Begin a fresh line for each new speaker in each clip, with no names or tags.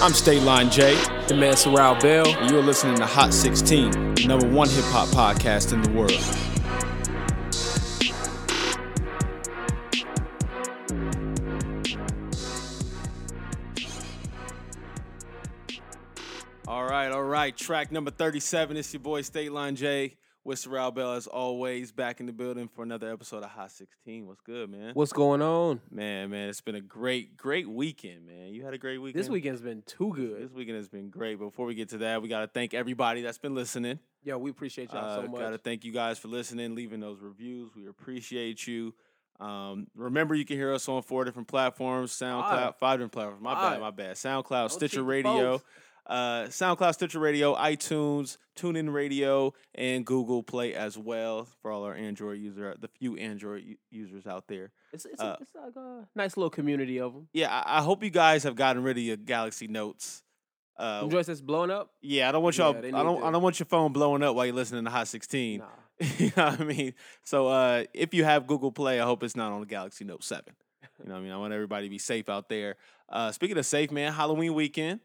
I'm State Line J,
The man Sorrel Bell.
and you're listening to Hot 16, the number one hip hop podcast in the world. All right, all right. Track number 37. It's your boy State Line J with Sorrel Bell, as always, back in the building for another episode of Hot 16. What's good, man?
What's going on?
Man, man, it's been a great, great weekend, man. You had a great weekend.
This weekend's been too good.
This weekend has been great. Before we get to that, we got to thank everybody that's been listening.
Yo, we appreciate y'all so much.
Got to Uh, thank you guys for listening, leaving those reviews. We appreciate you. Um, remember, you can hear us on four different platforms: SoundCloud,
Five.
five different platforms. My bad,
Five.
my bad. SoundCloud,
Don't cheat
Stitcher
the
Radio,
folks.
uh, SoundCloud, Stitcher Radio, iTunes, TuneIn Radio, and Google Play as well for all our Android user, the few Android u- users out there.
It's, it's,
uh,
a, it's like a nice little community of them.
Yeah, I, I hope you guys have gotten rid of your Galaxy Notes. Uh,
Them joints that's blown up?
Yeah, I don't want
Yeah,
y'all.
they
I
need
don't. I
to-
don't want your phone blowing up while you're listening to Hot 16.
Nah.
you know what I mean? So uh, if you have Google Play, I hope it's not on the Galaxy Note 7. You know what I mean? I want everybody to be safe out there. Uh, speaking of safe, man, Halloween weekend.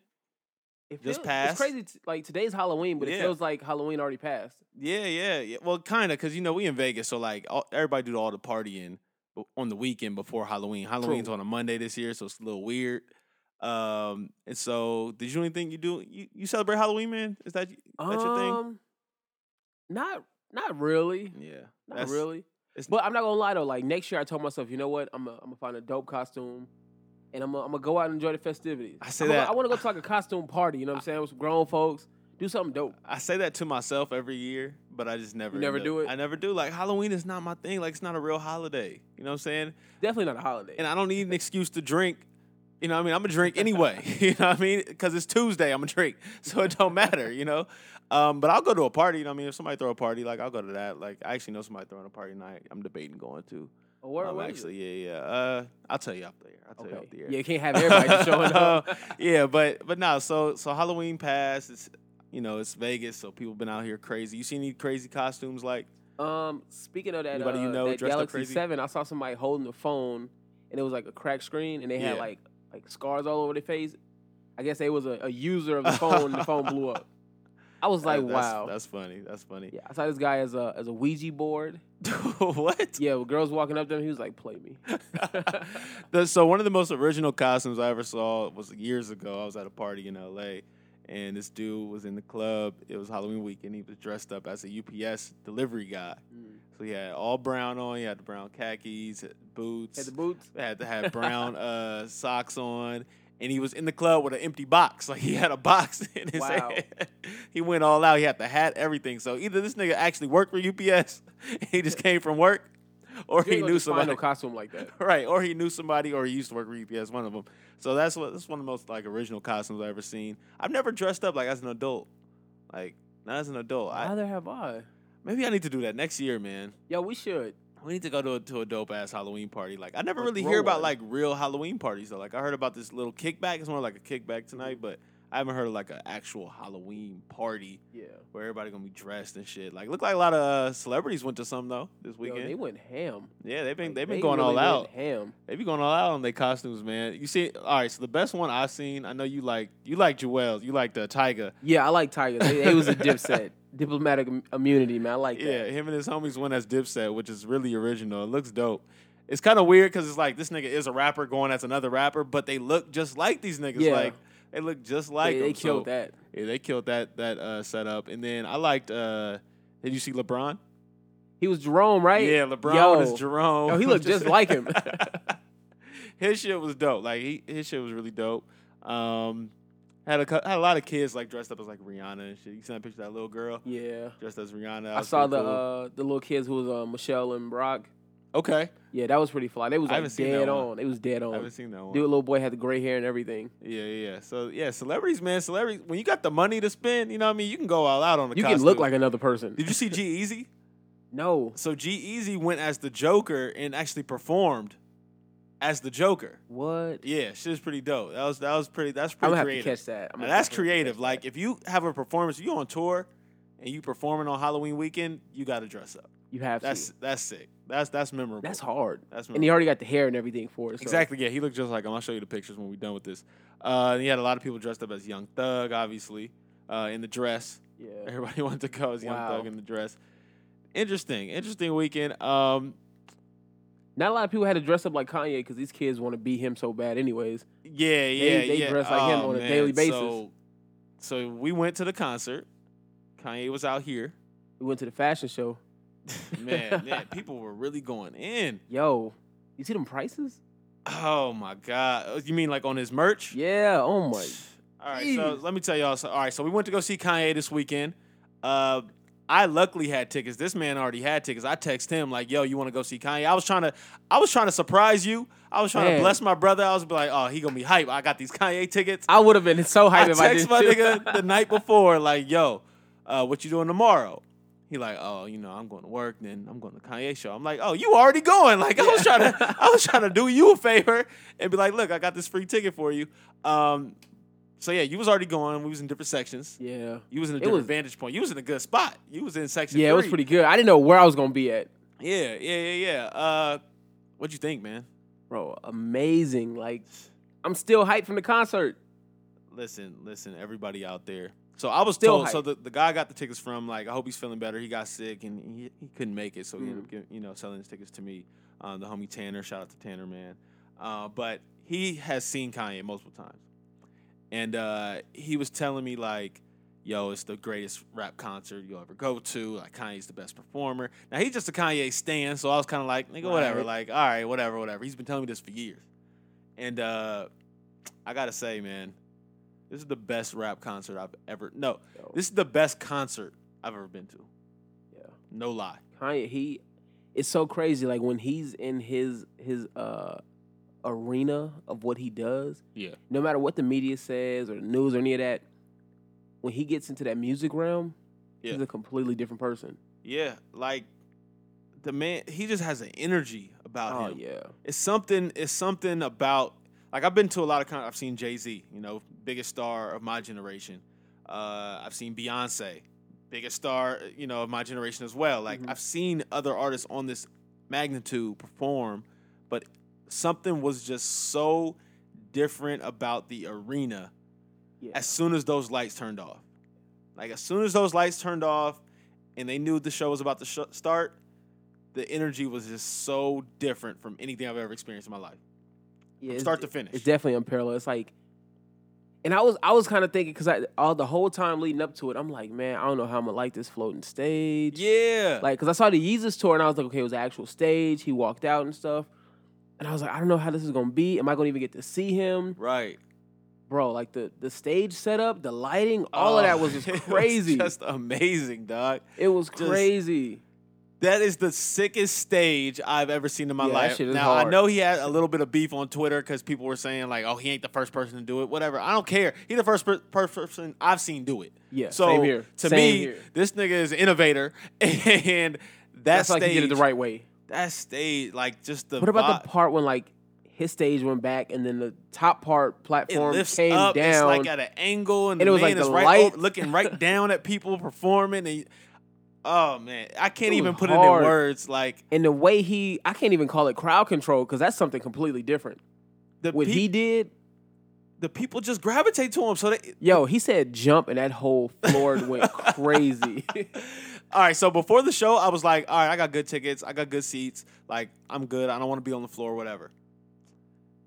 It
Just
feels,
passed.
It's crazy. t- like today's Halloween, but it
Yeah.
feels like Halloween already passed.
Yeah, yeah, yeah. Well, kind of, because you know we in Vegas, so like all, everybody do all the partying b- on the weekend before Halloween. Halloween's
True.
on a Monday this year, so it's a little weird. Um, and so did you do anything? You do you, you celebrate Halloween, man? Is that that's your thing?
Um, Not not really.
Yeah,
Not
that's-
really.
it's-
But I'm not gonna lie though. Like next year, I told myself, you know what? I'm gonna I'm find a dope costume, and I'm gonna I'm go out and enjoy the festivities.
I say
I'ma go-
that-
I want to go to like a costume party. You know what I'm saying? With some grown folks, do something dope.
I say that to myself every year, but I just never
You never
end up-
do it?
I never do. Like Halloween is not my thing. Like it's not a real holiday. You know what I'm saying?
Definitely not a holiday.
And I don't need an excuse to drink. You know what I mean? I'm gonna drink anyway. you know what I mean? Because it's Tuesday, I'm gonna drink, so it don't matter. You know. Um, but I'll go to a party. You know what I mean? If somebody throw a party, like I'll go to that. Like I actually know somebody throwing a party tonight. I'm debating going to.
Or where-
Um,
where is it?
actually, yeah, yeah. Uh, I'll tell you off the air. I'll tell you off the air.
Yeah, you can't have everybody just showing up.
yeah, but but no. So so Halloween passed. It's you know it's Vegas, so people been out here crazy. You see any crazy costumes? Like
Um, speaking of that,
Anybody you
uh,
know
that
dressed up
Galaxy
crazy?
Seven, I saw somebody holding the phone, and it was like a cracked screen, and they had
Yeah.
like like scars all over their face. I guess they was a, a user of the phone, and the phone blew up. I was like,
that- Uh, that's,
wow.
that's funny. That's funny.
yeah, I saw this guy as a as a Ouija board.
what?
Yeah, with girls walking up to him, he was like, "Play me."
The- so one of the most original costumes I ever saw was years ago. I was at a party in L.A. and this dude was in the club. It was Halloween weekend. He was dressed up as a UPS delivery guy.
Mm.
So he had all brown on. He had the brown khakis, boots.
Had the boots.
had to have brown uh, socks on, and he was in the club with an empty box. Like he had a box in his
Wow.
hand. He went all out. He had the hat, everything. So either this nigga actually worked for UPS, and he just came from work, or
You
he
ain't gonna
knew
just find
somebody.
no costume like that.
Right, or he knew somebody, or he used to work for UPS. One of them. So that's what that's one of the most like original costumes I've ever seen. I've never dressed up like as an adult, like not as an adult. I,
Neither have I.
maybe I need to do that next year, man.
Yo, we should.
We need to go to a, to a dope ass Halloween party. Like I never
Or
really
throw
hear about
one.
like real Halloween parties though. Like I heard about this little kickback. It's more like a kickback tonight, but I haven't heard of like an actual Halloween party
Yeah.
where everybody gonna be dressed and shit. Like look like a lot of uh, celebrities went to some though this
Yo,
weekend.
they went ham.
yeah, they've been
Like,
they've been
they
going all
really
out.
went Ham.
They be going all out on their costumes, man. You see, all right. So the best one I've seen, I know you like you like Joel's, you like the Tiger.
Yeah, I like Tiger. They, they was a dipset. Diplomatic im- immunity, man. I like that.
Yeah, him and his homies went as Dipset, which is really original. It looks dope. It's kind of weird because it's like this nigga is a rapper going as another rapper, but they look just like these niggas.
Yeah.
Like they look just
They-
like
they,
them.
killed
So,
that.
Yeah, they killed that that uh, setup. And then I liked. uh Did you see LeBron?
He was Jerome, right?
Yeah, LeBron
Yo,
is Jerome.
Yo, he looked just like him.
his shit was dope. Like he, his shit was really dope. Um, had a cou- had a lot of kids like dressed up as like Rihanna and shit. You seen that picture of that little girl
Yeah.
dressed as Rihanna? That
I
was
saw
pretty
the
cool.
uh, the little kids who was uh, Michelle and Brock.
okay.
Yeah, that was pretty fly. They was
I
like
haven't seen that
dead
one.
on. They was dead
I haven't
on.
seen that one.
oh, Dude, little boy had the gray hair and everything.
Yeah, yeah. yeah. So yeah, celebrities, man, celebrities. When you got the money to spend, you know what I mean. You can go all out on the.
You can look
costume.
like another person.
Did you see G Easy?
No.
So G Easy went as the Joker and actually performed as the Joker.
What?
Yeah, shit is pretty dope. That was that was pretty. That's
I'm
pretty
gonna have to
creative.
catch that. I'm
Now,
gonna
that's
definitely have to catch
creative. Like if you have a performance, you on tour, and you performing on Halloween weekend, you got to dress up.
You have
That's
to.
that's sick. That's that's memorable.
That's hard.
That's
And he already got the hair and everything for it. So.
Exactly. Yeah, he looked just like him. I'll show you the pictures when we're done with this. Uh, and he had a lot of people dressed up as Young Thug, obviously, uh, in the dress.
Yeah.
Everybody wanted to go as Young
Wow.
Thug in the dress. Interesting, interesting weekend. Um,
Not a lot of people had to dress up like Kanye because these kids want to be him so bad, anyways.
yeah, yeah,
they
yeah. Oh,
dress like him on a daily basis.
So, so we went to the concert. Kanye was out here.
We went to the fashion show.
Man, man, people were really going in.
Yo, you see them prices?
Oh my god! Oh, You mean like on his merch?
Yeah. Oh my.
All right, so
Jeez.
let me tell y'all. So, all right, so we went to go see Kanye this weekend. Uh, I luckily had tickets. This man already had tickets. I text him like, "Yo, you want to go see Kanye?" I was trying to, I was trying to surprise you. I was trying
Man.
to bless my brother. I was like, "Oh, he gonna be hype. I got these Kanye tickets."
I would have been so hyped
I
if I
text
didn't.
my
too.
nigga the night before, like, yo, uh, what you doing tomorrow? He like, oh, you know, I'm going to work, then I'm going to Kanye show. I'm like, oh, you already going? Like, I was
Yeah.
trying to, I was trying to do you a favor and be like, look, I got this free ticket for you. Um, so yeah, you was already going. We was in different sections.
yeah.
You was in a
It
different
was-
vantage point. You was in a good spot. You was in section.
Yeah, it was
three.
pretty good. I didn't know where I was gonna be at.
Yeah, yeah, yeah, yeah. Uh, what'd you think, man?
Bro, amazing. Like I'm still hyped from the concert.
listen, listen, everybody out there. So I was
Still
told. So
hype.
the, the guy I got the tickets from. Like, I hope he's feeling better. He got sick and he, he couldn't make it, so he ended up giving, you know selling his tickets to me. Um, the homie Tanner, shout out to Tanner, man. Uh, but he has seen Kanye multiple times, and uh, he was telling me like, "Yo, it's the greatest rap concert you'll ever go to. Like, Kanye's the best performer." Now he's just a Kanye stan, so I was kind of like, "Nigga, whatever."
Right.
Like, all right, whatever, whatever. He's been telling me this for years, and uh, I gotta say, man, this is the best rap concert I've ever. No,
Yo,
this is the best concert I've ever been to.
Yeah.
No lie.
Kanye, he it's so crazy. Like when he's in his his uh arena of what he does,
Yeah.
no matter what the media says or the news or any of that, when he gets into that music realm, he's
Yeah.
a completely different person.
Yeah. Like the man, he just has an energy about
Oh
him.
yeah.
It's something. It's something about like I've been to a lot of. Con- I've seen Jay Z, you know, biggest star of my generation. Uh, I've seen Beyonce, biggest star, you know, of my generation as well. Like
Mhm.
I've seen other artists on this magnitude perform, but something was just so different about the arena
Yeah.
as soon as those lights turned off. Like as soon as those lights turned off, and they knew the show was about to sh- start, the energy was just so different from anything I've ever experienced in my life, from
yeah it's-
start to finish.
It's definitely unparalleled. It's like, and I was I was kind of thinking because I all the whole time leading up to it, I'm like, man, I don't know how I'm gonna like this floating stage.
yeah,
Like, cause I saw the Yeezus tour and I was like, okay, it was an actual stage. He walked out and stuff, and I was like, I don't know how this is gonna be. Am I gonna even get to see him,
right.
bro? Like the the stage setup, the lighting, all of
Oh,
that was just
it
crazy.
just amazing, dog.
it was
just-
crazy.
That is the sickest stage I've ever seen in my
Yeah, that
life.
shit is
now I
hard.
know he had a little bit of beef on Twitter because people were saying like, "Oh, he ain't the first person to do it." Whatever, I don't care. He the first per- per- person I've seen do it.
Yeah,
So
same here.
to
Same
me,
here.
this nigga is an innovator, and that
that's
stage,
like he did it the right way.
that stage, like just the
What about
vibe.
the part when like his stage went back and then the top part
it
platform
lifts
came
up.
down?
It's like at an angle, and,
And
the
it was
man
like
is
the
right
light.
over- looking right down at people performing. And oh man, I can't
It
even
was
put it
hard.
in words. Like
and the way he I can't even call it crowd control because that's something completely different.
the
What
peop-
he did,
the people just gravitate to him. So they,
yo, he said jump and that whole floor went crazy.
all right. So before the show, I was like, all right, I got good tickets, I got good seats. Like I'm good. I don't want to be on the floor, whatever.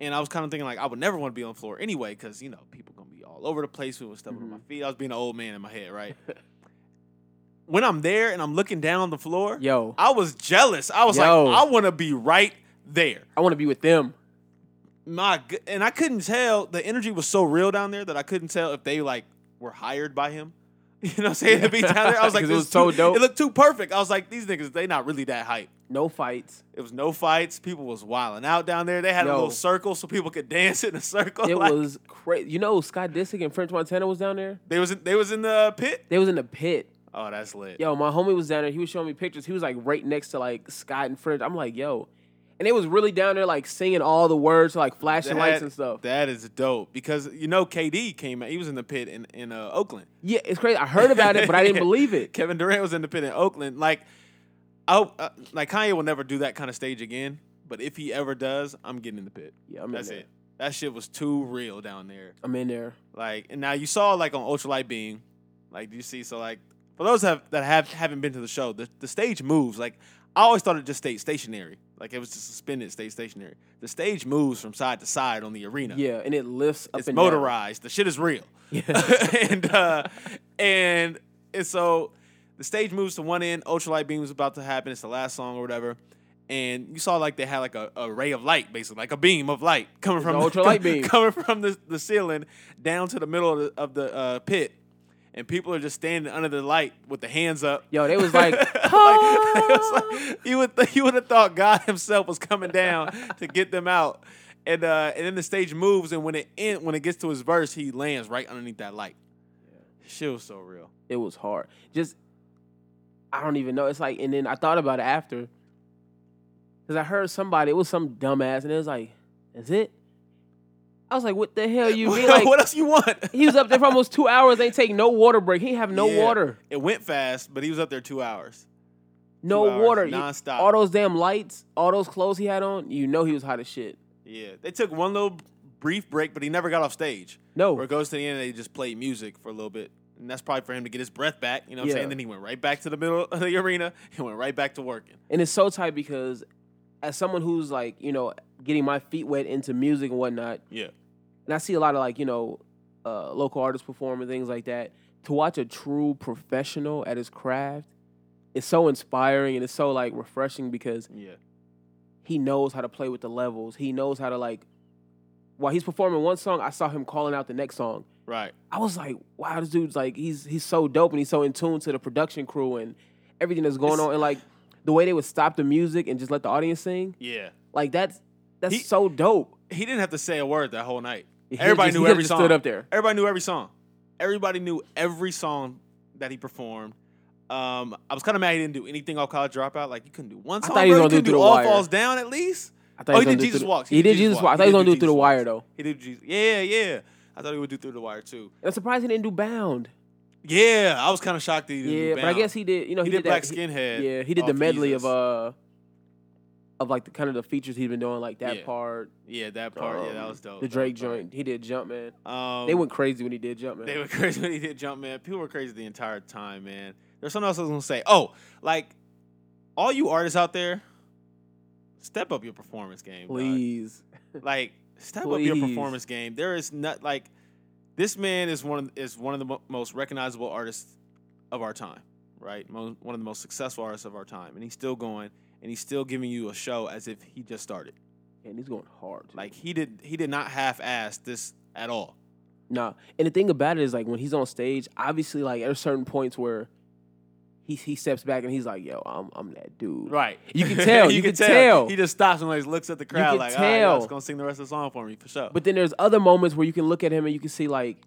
And I was kind of thinking like I would never want to be on the floor anyway, because you know people gonna be all over the place. People stepping on my feet. I was being an old man in my head, right? when I'm there and I'm looking down the floor,
yo,
I was jealous. I was
Yo.
like, I want to be right there.
I want to be with them.
My g- and I couldn't tell. The energy was so real down there that I couldn't tell if they like were hired by him. You know what I'm saying? To be down there, I was like,
'Cause it
this
was
is
so
too-
dope.
It looked too perfect. I was like, these niggas, they not really that hype.
No fights.
It was no fights. People was wilding out down there. They had a
Yo.
little circle so people could dance in a circle.
It
like,
was crazy. You know, Scott Disick and French Montana was down there.
they was in, they was in the pit.
They was in the pit.
Oh, that's lit.
Yo, my homie was down there. He was showing me pictures. He was like right next to like Scott and French. I'm like, yo, and they was really down there like singing all the words, like flashing lights
That-
and stuff.
That is dope because you know KD came out. He was in the pit in in uh, Oakland.
yeah, it's crazy. I heard about it, but I didn't believe it.
Kevin Durant was in the pit in Oakland. Like, I hope- uh, like Kanye will never do that kind of stage again. But if he ever does, I'm getting in the pit.
Yeah, I'm in
That's
there.
it. That shit was too real down there.
I'm in there.
Like, and now you saw like on Ultralight Beam, like do you see? So like for those have, that have haven't been to the show, the, the stage moves. Like I always thought it just stayed stationary. Like it was just suspended, stayed stationary. The stage moves from side to side on the arena.
Yeah, and it lifts up
it's
and
motorized. The shit is real.
Down. Yeah.
and uh, and and so the stage moves to one end. Ultralight beam is about to happen. It's the last song or whatever. And you saw like they had like a, a ray of light, basically like a beam of light coming
It's
from
an ultralight beam.
coming from the, the ceiling down to the middle of the, of the uh, pit. And people are just standing under the light with the hands up.
Yo, they was like,
Like, it was like- you would you would have thought God Himself was coming down to get them out, and uh, and then the stage moves, and when it end, when it gets to his verse, he lands right underneath that light. Shit was so real.
it was hard. Just I don't even know. It's like, and then I thought about it after, because I heard somebody. It was some dumbass, and it was like, "Is it?" I was like, "What the hell you mean?" Like
what else you want?
he was up there for almost two hours. Ain't take no water break. He have no
Yeah.
water,
It went fast, but he was up there two hours.
no
Two hours,
water. You-
nonstop.
all those damn lights, all those clothes he had on. You know he was hot as shit.
yeah, they took one little brief break, but he never got off stage.
No,
Where it goes to the end, they just played music for a little bit. And that's probably for him to get his breath back. You know what
Yeah.
I'm saying? Then he went right back to the middle of the arena and went right back to working.
and it's so tight because as someone who's like you know getting my feet wet into music and whatnot,
Yeah.
and I see a lot of like you know uh, local artists perform and things like that. To watch a true professional at his craft is so inspiring and it's so like refreshing because
Yeah.
he knows how to play with the levels. He knows how to like while he's performing one song, I saw him calling out the next song.
Right.
I was like, wow, this dude's like he's he's so dope and he's so in tune to the production crew and everything that's going
It's-
on and like the way they would stop the music and just let the audience sing.
Yeah.
Like that's that's
He-
so dope.
he didn't have to say a word that whole night.
He
Everybody
just-
knew
he
every
just
song.
stood up there.
Everybody knew every song. Everybody knew every song that he performed. Um, I was kind of mad he didn't do anything off College Dropout. Like you couldn't do one
I
song.
thought he was
bro.
gonna
You
do
couldn't
Through the
all
Wire.
falls down at least.
I
Oh,
thought was
he
gonna
did
do
Jesus
through the-
Walks.
He did Jesus Walks. I thought he was gonna do
Jesus
through the wire
Walks.
though.
He did Jesus. Yeah, yeah. I thought he would do through the wire too.
And I'm surprised he didn't do Bound.
Yeah, I was kind of shocked that he didn't
Yeah,
do
but I
Bound.
guess he did. You know,
he,
he,
did,
that-
Black
he-
Skinhead.
Yeah, he did the
off
medley
Jesus.
of uh, of like the kind of the features he'd been doing, like that
Yeah.
part,
Yeah, that part. yeah, that
um,
was dope. That
the
was
Drake
dope.
joint. He did Jumpman.
Um,
they went crazy when he did Jumpman.
They were crazy when he did jump, man. People were crazy the entire time, man. There's something else I was gonna say. Oh, like all you artists out there, step up your performance game. dog.
Please,
Like step up your
Please.
performance game. There is not like this man is one of, is one of the mo- most recognizable artists of our time, right? Mo- one of the most successful artists of our time, and he's still going and he's still giving you a show as if he just started.
and he's going hard. too.
Like he did he did not half-ass this at all.
nah. And the thing about it is, like when he's on stage, obviously, like there's certain points where he he steps back and he's like, "Yo, I'm I'm that dude."
Right.
You can tell, you can tell.
He just stops and like looks at the crowd
can
like, all right, y'all
tell.
just gonna sing the rest of the song for me for sure.
But then there's other moments where you can look at him and you can see like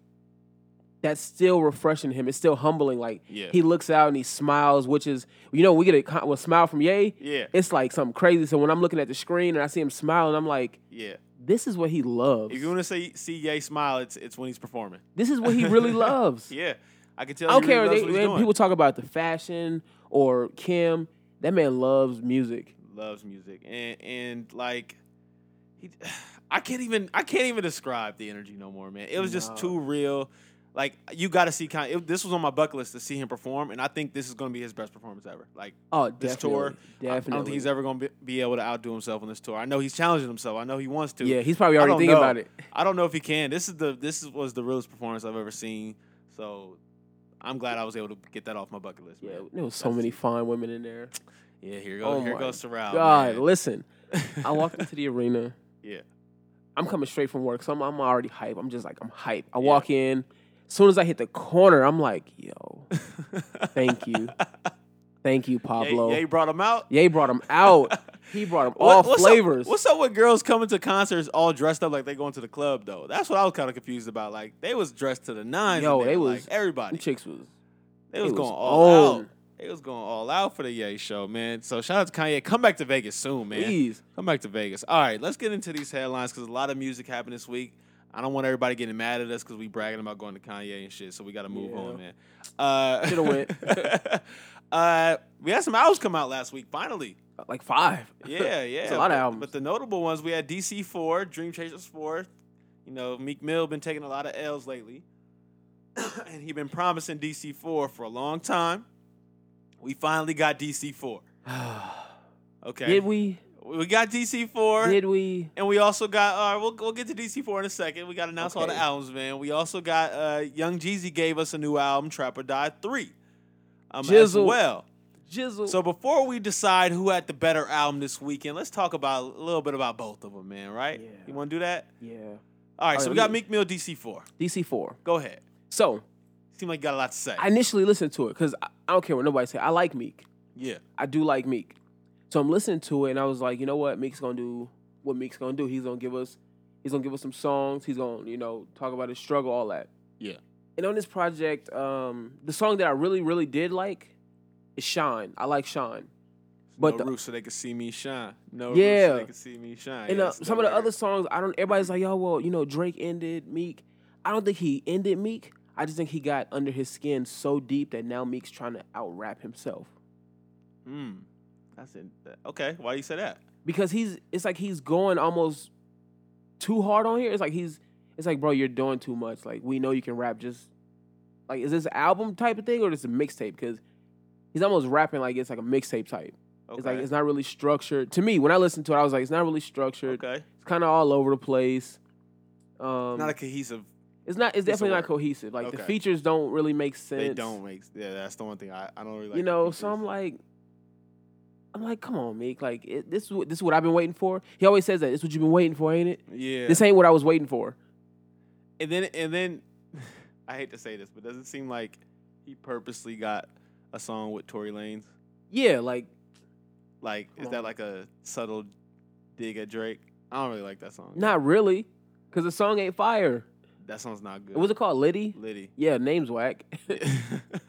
that's still refreshing him. It's still humbling. Like
yeah.
he looks out and he smiles, which is you know we get a, con- a smile from Ye.
yeah.
It's like something crazy. So when I'm looking at the screen and I see him smiling, I'm like,
Yeah.
this is what he loves.
If you wanna see see Ye smile, it's it's when he's performing.
This is what he really loves.
Yeah. I can tell
I don't
he really
care.
loves
They,
what he's
when
doing.
people talk about the fashion or Kim. That man loves music.
loves music. And and like he I can't even I can't even describe the energy no more, man. It was just
Nah.
too real. Like you got to see kind. It, this was on my bucket list to see him perform, and I think this is going to be his best performance ever. Like
Oh,
This
definitely,
tour, I-
definitely.
I don't think he's ever going to be, be able to outdo himself on this tour. I know he's challenging himself. I know he wants to.
yeah, he's probably
I
already
don't
thinking
know.
about it.
I don't know if he can. This is the this is- was the realest performance I've ever seen. So I'm glad I was able to get that off my bucket list.
Yeah,
Man.
there was so many fine women in there.
Yeah, here goes
Oh
here
my
goes Sorrel.
God,
man.
listen. I walked into the arena.
Yeah.
I'm coming straight from work, so I'm, I'm already hype. I'm just like, I'm hype. I
Yeah.
walk in. As soon as I hit the corner, I'm like, yo, thank you. thank you,
Yeah,
Pablo.
yeah, he brought him out.
Ye brought him out. He brought him all
What- what's
flavors.
Up, what's up with girls coming to concerts all dressed up like they going to the club though? That's what I was kind of confused about. Like they was dressed to the nines.
Yo,
in there,
they
like,
was-
everybody.
Them chicks was,
They was
was
going all
on.
out. They was going all out for the Ye show, man. So shout out to Kanye. Come back to Vegas soon, man.
Please.
Come back to Vegas. All right, let's get into these headlines because a lot of music happened this week. I don't want everybody getting mad at us because we bragging about going to Kanye and shit. So we got to move
Yeah.
on, man. Uh,
Shoulda went.
uh, we had some albums come out last week. Finally,
Like five.
yeah, yeah.
a lot of
but-
albums.
But the notable ones we had DC Four, Dream Chasers Four. You know, Meek Mill been taking a lot of L's lately, and he been promising DC Four for a long time. We finally got DC Four. Okay,
Did we?
we got DC Four.
Did we?
And we also got. All right, we'll we'll get to DC Four in a second. We got to announce all the
Okay.
albums, man. We also got uh, Young Jeezy gave us a new album, Trap or Die Three, um, as
Jizzle.
well.
Jizzle.
So before we decide who had the better album this weekend, let's talk about a little bit about both of them, man. Right?
Yeah.
You want to do that?
yeah.
All right.
All
so
right,
we got
we-
Meek Mill, DC Four.
DC four.
Go ahead.
So
Seem like you got a lot to say.
I initially listened to it because I, I don't care what nobody say. I like Meek.
yeah.
I do like Meek. So I'm listening to it and I was like, you know what? Meek's gonna do what Meek's gonna do. He's gonna give us he's gonna give us some songs, he's gonna, you know, talk about his struggle, all that.
Yeah.
And on this project, um, the song that I really, really did like is Shine. I like Shine. But
no
the-
roof so they can see me shine. No roof so
Yeah.
they can see me shine.
And
Yeah,
uh,
that's
some of
another
the other
record.
songs, I don't. Everybody's like, "Yo, well, you know, Drake ended Meek." I don't think he ended Meek. I just think he got under his skin so deep that now Meek's trying to out rap himself
Mm. That's it. Okay. Why do you say that?
because he's. It's like he's going almost too hard on here. It's like he's. It's like, bro, you're doing too much. Like we know you can rap. Just like, is this album type of thing or just a mixtape? Because he's almost rapping like it's like a mixtape type.
Okay.
It's like it's not really structured. To me, when I listened to it, I was like, it's not really structured.
okay.
It's kind of all over the place. Um,
not a cohesive.
It's not. It's
It's a
definitely not
work.
cohesive. Like the
Okay.
features don't really make sense.
They don't make. Yeah, that's the one thing I, I don't really like.
you
the
know.
features.
So I'm like, I'm like, come on, Meek. Like it, this is what, this is what I've been waiting for. He always says that. It's what you've been waiting for, ain't it?
yeah.
This ain't what I was waiting for.
and then and then, I hate to say this, but does it seem like he purposely got a song with Tory Lanez?
Yeah. Like
Like,
Come
is that
on.
like a subtle dig at Drake? I don't really like that song.
not really, because the song ain't fire.
that song's not good.
What was it called? Liddy.
Liddy.
Yeah. Name's whack.
the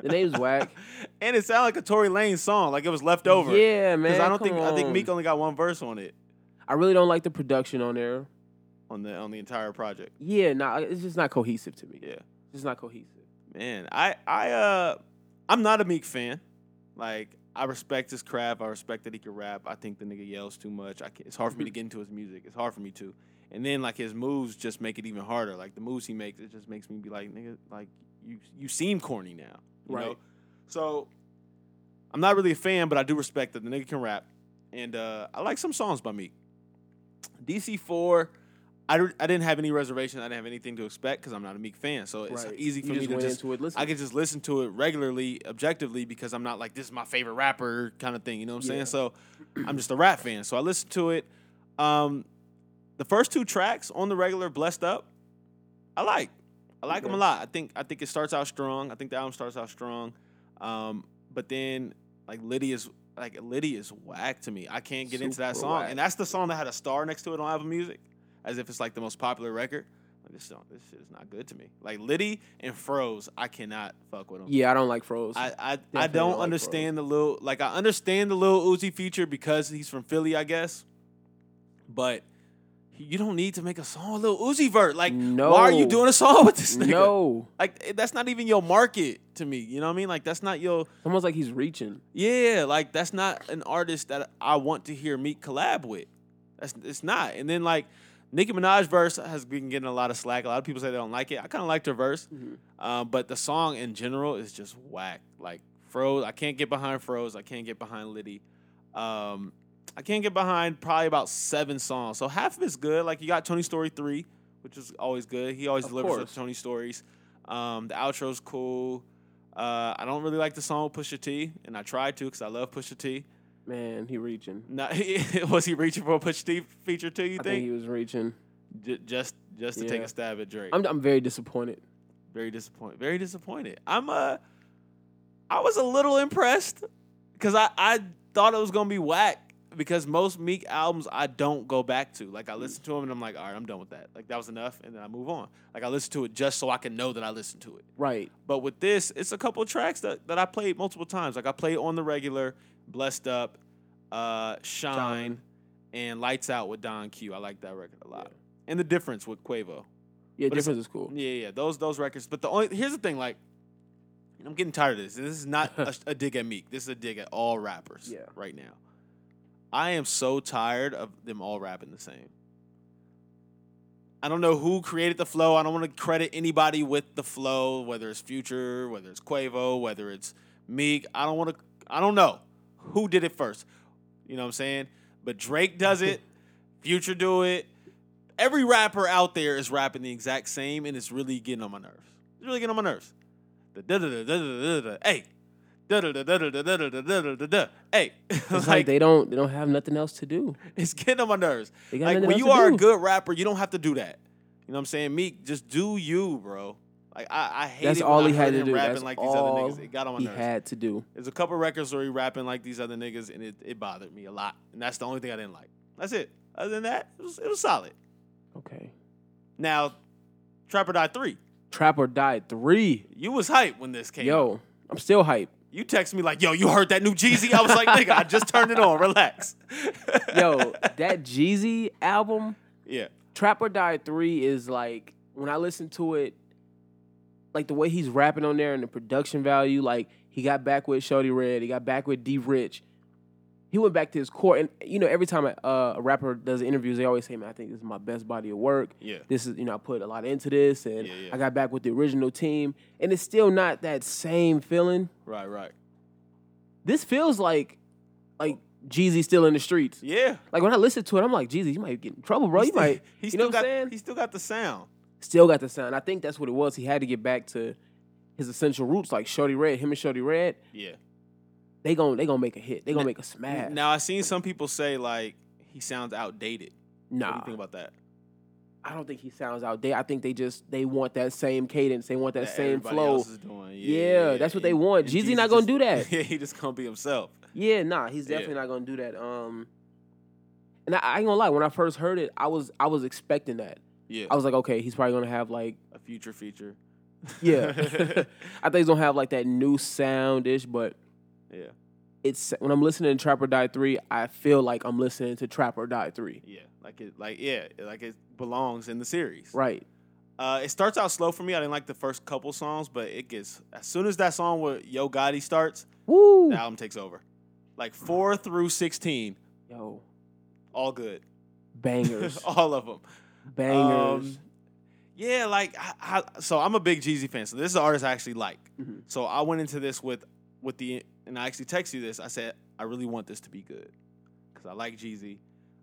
name's whack.
and it sounded like a Tory Lanez song, like it was left over.
Yeah, man.
I don't
come
think I think
on.
Meek only got one verse on it
I really don't like the production on there.
on the on the entire project.
Yeah. Nah. It's just not cohesive to me.
Yeah.
It's just not cohesive.
Man, I I uh I'm not a Meek fan. Like I respect his craft. I respect that he can rap. I think the nigga yells too much. I can it's hard for me
Mm-hmm.
to get into his music. It's hard for me to. And then like his moves just make it even harder. Like the moves he makes, it just makes me be like, nigga, like you you seem corny now. You
Right.
Know? So I'm not really a fan, but I do respect that the nigga can rap, and uh, I like some songs by Meek. DC Four. I, don't- I didn't have any reservation. I didn't have anything to expect because I'm not a Meek fan. So it's
Right.
easy for
you
me
just
to
went
just
into it. Listen.
I could just listen to it regularly, objectively, because I'm not like this is my favorite rapper kind of thing. You know what I'm
Yeah.
saying? So I'm just a rap fan. So I listen to it. Um, the first two tracks on the regular, "Blessed Up," I like. I like them a
Okay.
lot. I think I think it starts out strong. I think the album starts out strong. Um, but then like Lydia's like Lydia's whack to me. I can't get into that
Super
song,
whack.
and that's the song that had a star next to it on Apple Music, as if it's like the most popular record. Like, this song, this shit is not good to me. Like Liddy and Froze, I cannot fuck with them.
yeah. I don't like Froze.
I I, I
Definitely
don't
like
understand the little like I understand the little Uzi feature because he's from Philly, I guess. But you don't need to make a song with Lil Uzi Vert. Like, why are you
No.
doing a song with this nigga?
no.
Like, eh, that's not even your market to me. You know what I mean? Like, that's not your
It's almost like he's reaching.
yeah, like that's not an artist that I want to hear Meek collab with. That's it's not. And then like Nicki Minaj verse has been getting a lot of slack. A lot of people say they don't like it. I kind of liked her verse,
Mhm.
um, but the song in general is just whack. Like Froze, I can't get behind Froze. I can't get behind Liddy. Um, I can't get behind probably about seven songs. So half of it's good. Like you got Tony Story three, which is always good. He always
Of
delivers with
course.
Tony stories. Um, the outro's cool. Uh, I don't really like the song with Pusha T, and I tried to because I love Pusha T.
Man, he reaching.
Not, was he reaching for a Pusha T feature too? You think?
I think he was reaching.
Ju- just just to take
Yeah.
a stab at Drake.
I'm, I'm very disappointed.
very disappointed. Very disappointed. I'm uh I was a little impressed because I I thought it was gonna be whack because most Meek albums I don't go back to. Like I listen to them and I'm like, all right, I'm done with that. Like that was enough, and then I move on. Like I listen to it just so I can know that I listened to it.
Right.
But with this, it's a couple of tracks that, that I played multiple times. Like I played on the regular, blessed up, uh, shine,
Shine.
and lights out with Don Q. I like that record a lot. And the difference with Quavo.
Yeah,
But it's-
difference is cool.
Yeah, yeah, those those records. But the only here's the thing, like, and I'm getting tired of this. This is not a, a dig at Meek. This is a dig at all rappers.
Yeah.
Right now, I am so tired of them all rapping the same. I don't know who created the flow. I don't want to credit anybody with the flow, whether it's Future, whether it's Quavo, whether it's Meek. I don't want to. I don't know who did it first. You know what I'm saying? But Drake does it. Future do it. Every rapper out there is rapping the exact same, and it's really getting on my nerves. It's really getting on my nerves. The da da da da da da da. Hey. Da da da da da da da da da da da. Hey.
It's like,
Like
they don't they don't have nothing else to do.
it's getting on my nerves.
They got
Like
nothing
when
else
you
to
are a
do.
good rapper, you don't have to do that. You know what I'm saying? Meek, just do you, bro. Like I, I hate
That's
it
all
when
he
I heard
had to
him
do.
rapping
That's
like these
all
other niggas. It got on my
he
nerves.
had to do.
There's a couple records where he rapping like these other niggas, and it, it bothered me a lot. And that's the only thing I didn't like. That's it. Other than that, it was, it was solid.
Okay.
Now, Trap or Die 3,
Trap or Die three.
you was hype when this came out.
Yo, I'm still hype.
You text me like, yo, you heard that new Jeezy? I was like, nigga, I just turned it on. Relax.
Yo, that Jeezy album,
yeah.
Trap or Die three is like when I listen to it, like the way he's rapping on there and the production value. Like he got back with Shody Red, he got back with D Rich. He went back to his core, and you know every time a, uh, a rapper does interviews, they always say, "Man, I think this is my best body of work."
Yeah.
this is you know I put a lot into this and
Yeah, yeah.
I got back with the original team and it's still not that same feeling.
Right, right.
This feels like like Jeezy still in the streets.
Yeah.
Like when I listen to it, I'm like Jeezy, you might get in trouble, bro.
He
You
still-
might
he
you
still
know what
got
I'm saying?
he still got the sound.
Still got the sound. I think that's what it was. He had to get back to his essential roots, like Shorty Red. Him and Shorty Red,
Yeah.
they gon' they gonna make a hit. They gonna make a smash.
Now I seen some people say like he sounds outdated. What do
nah,
you think about that?
I don't think he sounds out there. I think they just they want that same cadence. They want that, same
everybody
flow.
else is doing.
Yeah, that's what they
And-
want.
and
Jeezy
Jeezy
not gonna
just-
do that.
Yeah, he just gonna be himself.
Yeah, nah, he's
Yeah.
definitely not gonna do that. Um, and I, I ain't gonna lie, when I first heard it, I was I was expecting that.
Yeah,
I was like, okay, he's probably gonna have like,
a future feature.
yeah, I think he's gonna have like that new soundish, but
yeah,
it's when I'm listening to Trap or Die Three, I feel like I'm listening to Trap or Die Three.
yeah. Like it, like yeah, like it belongs in the series.
Right,
Uh, it starts out slow for me. I didn't like the first couple songs, but it gets as soon as that song with Yo Gotti starts,
woo,
the album takes over. Like four through sixteen,
yo,
all good,
bangers,
all of them.
bangers.
Oh, Um, yeah, like I, I, so I'm a big Jeezy fan. So this is an artist I actually like.
Mhm.
So I went into this with with the and I actually texted you this. I said I really want this to be good because I like Jeezy.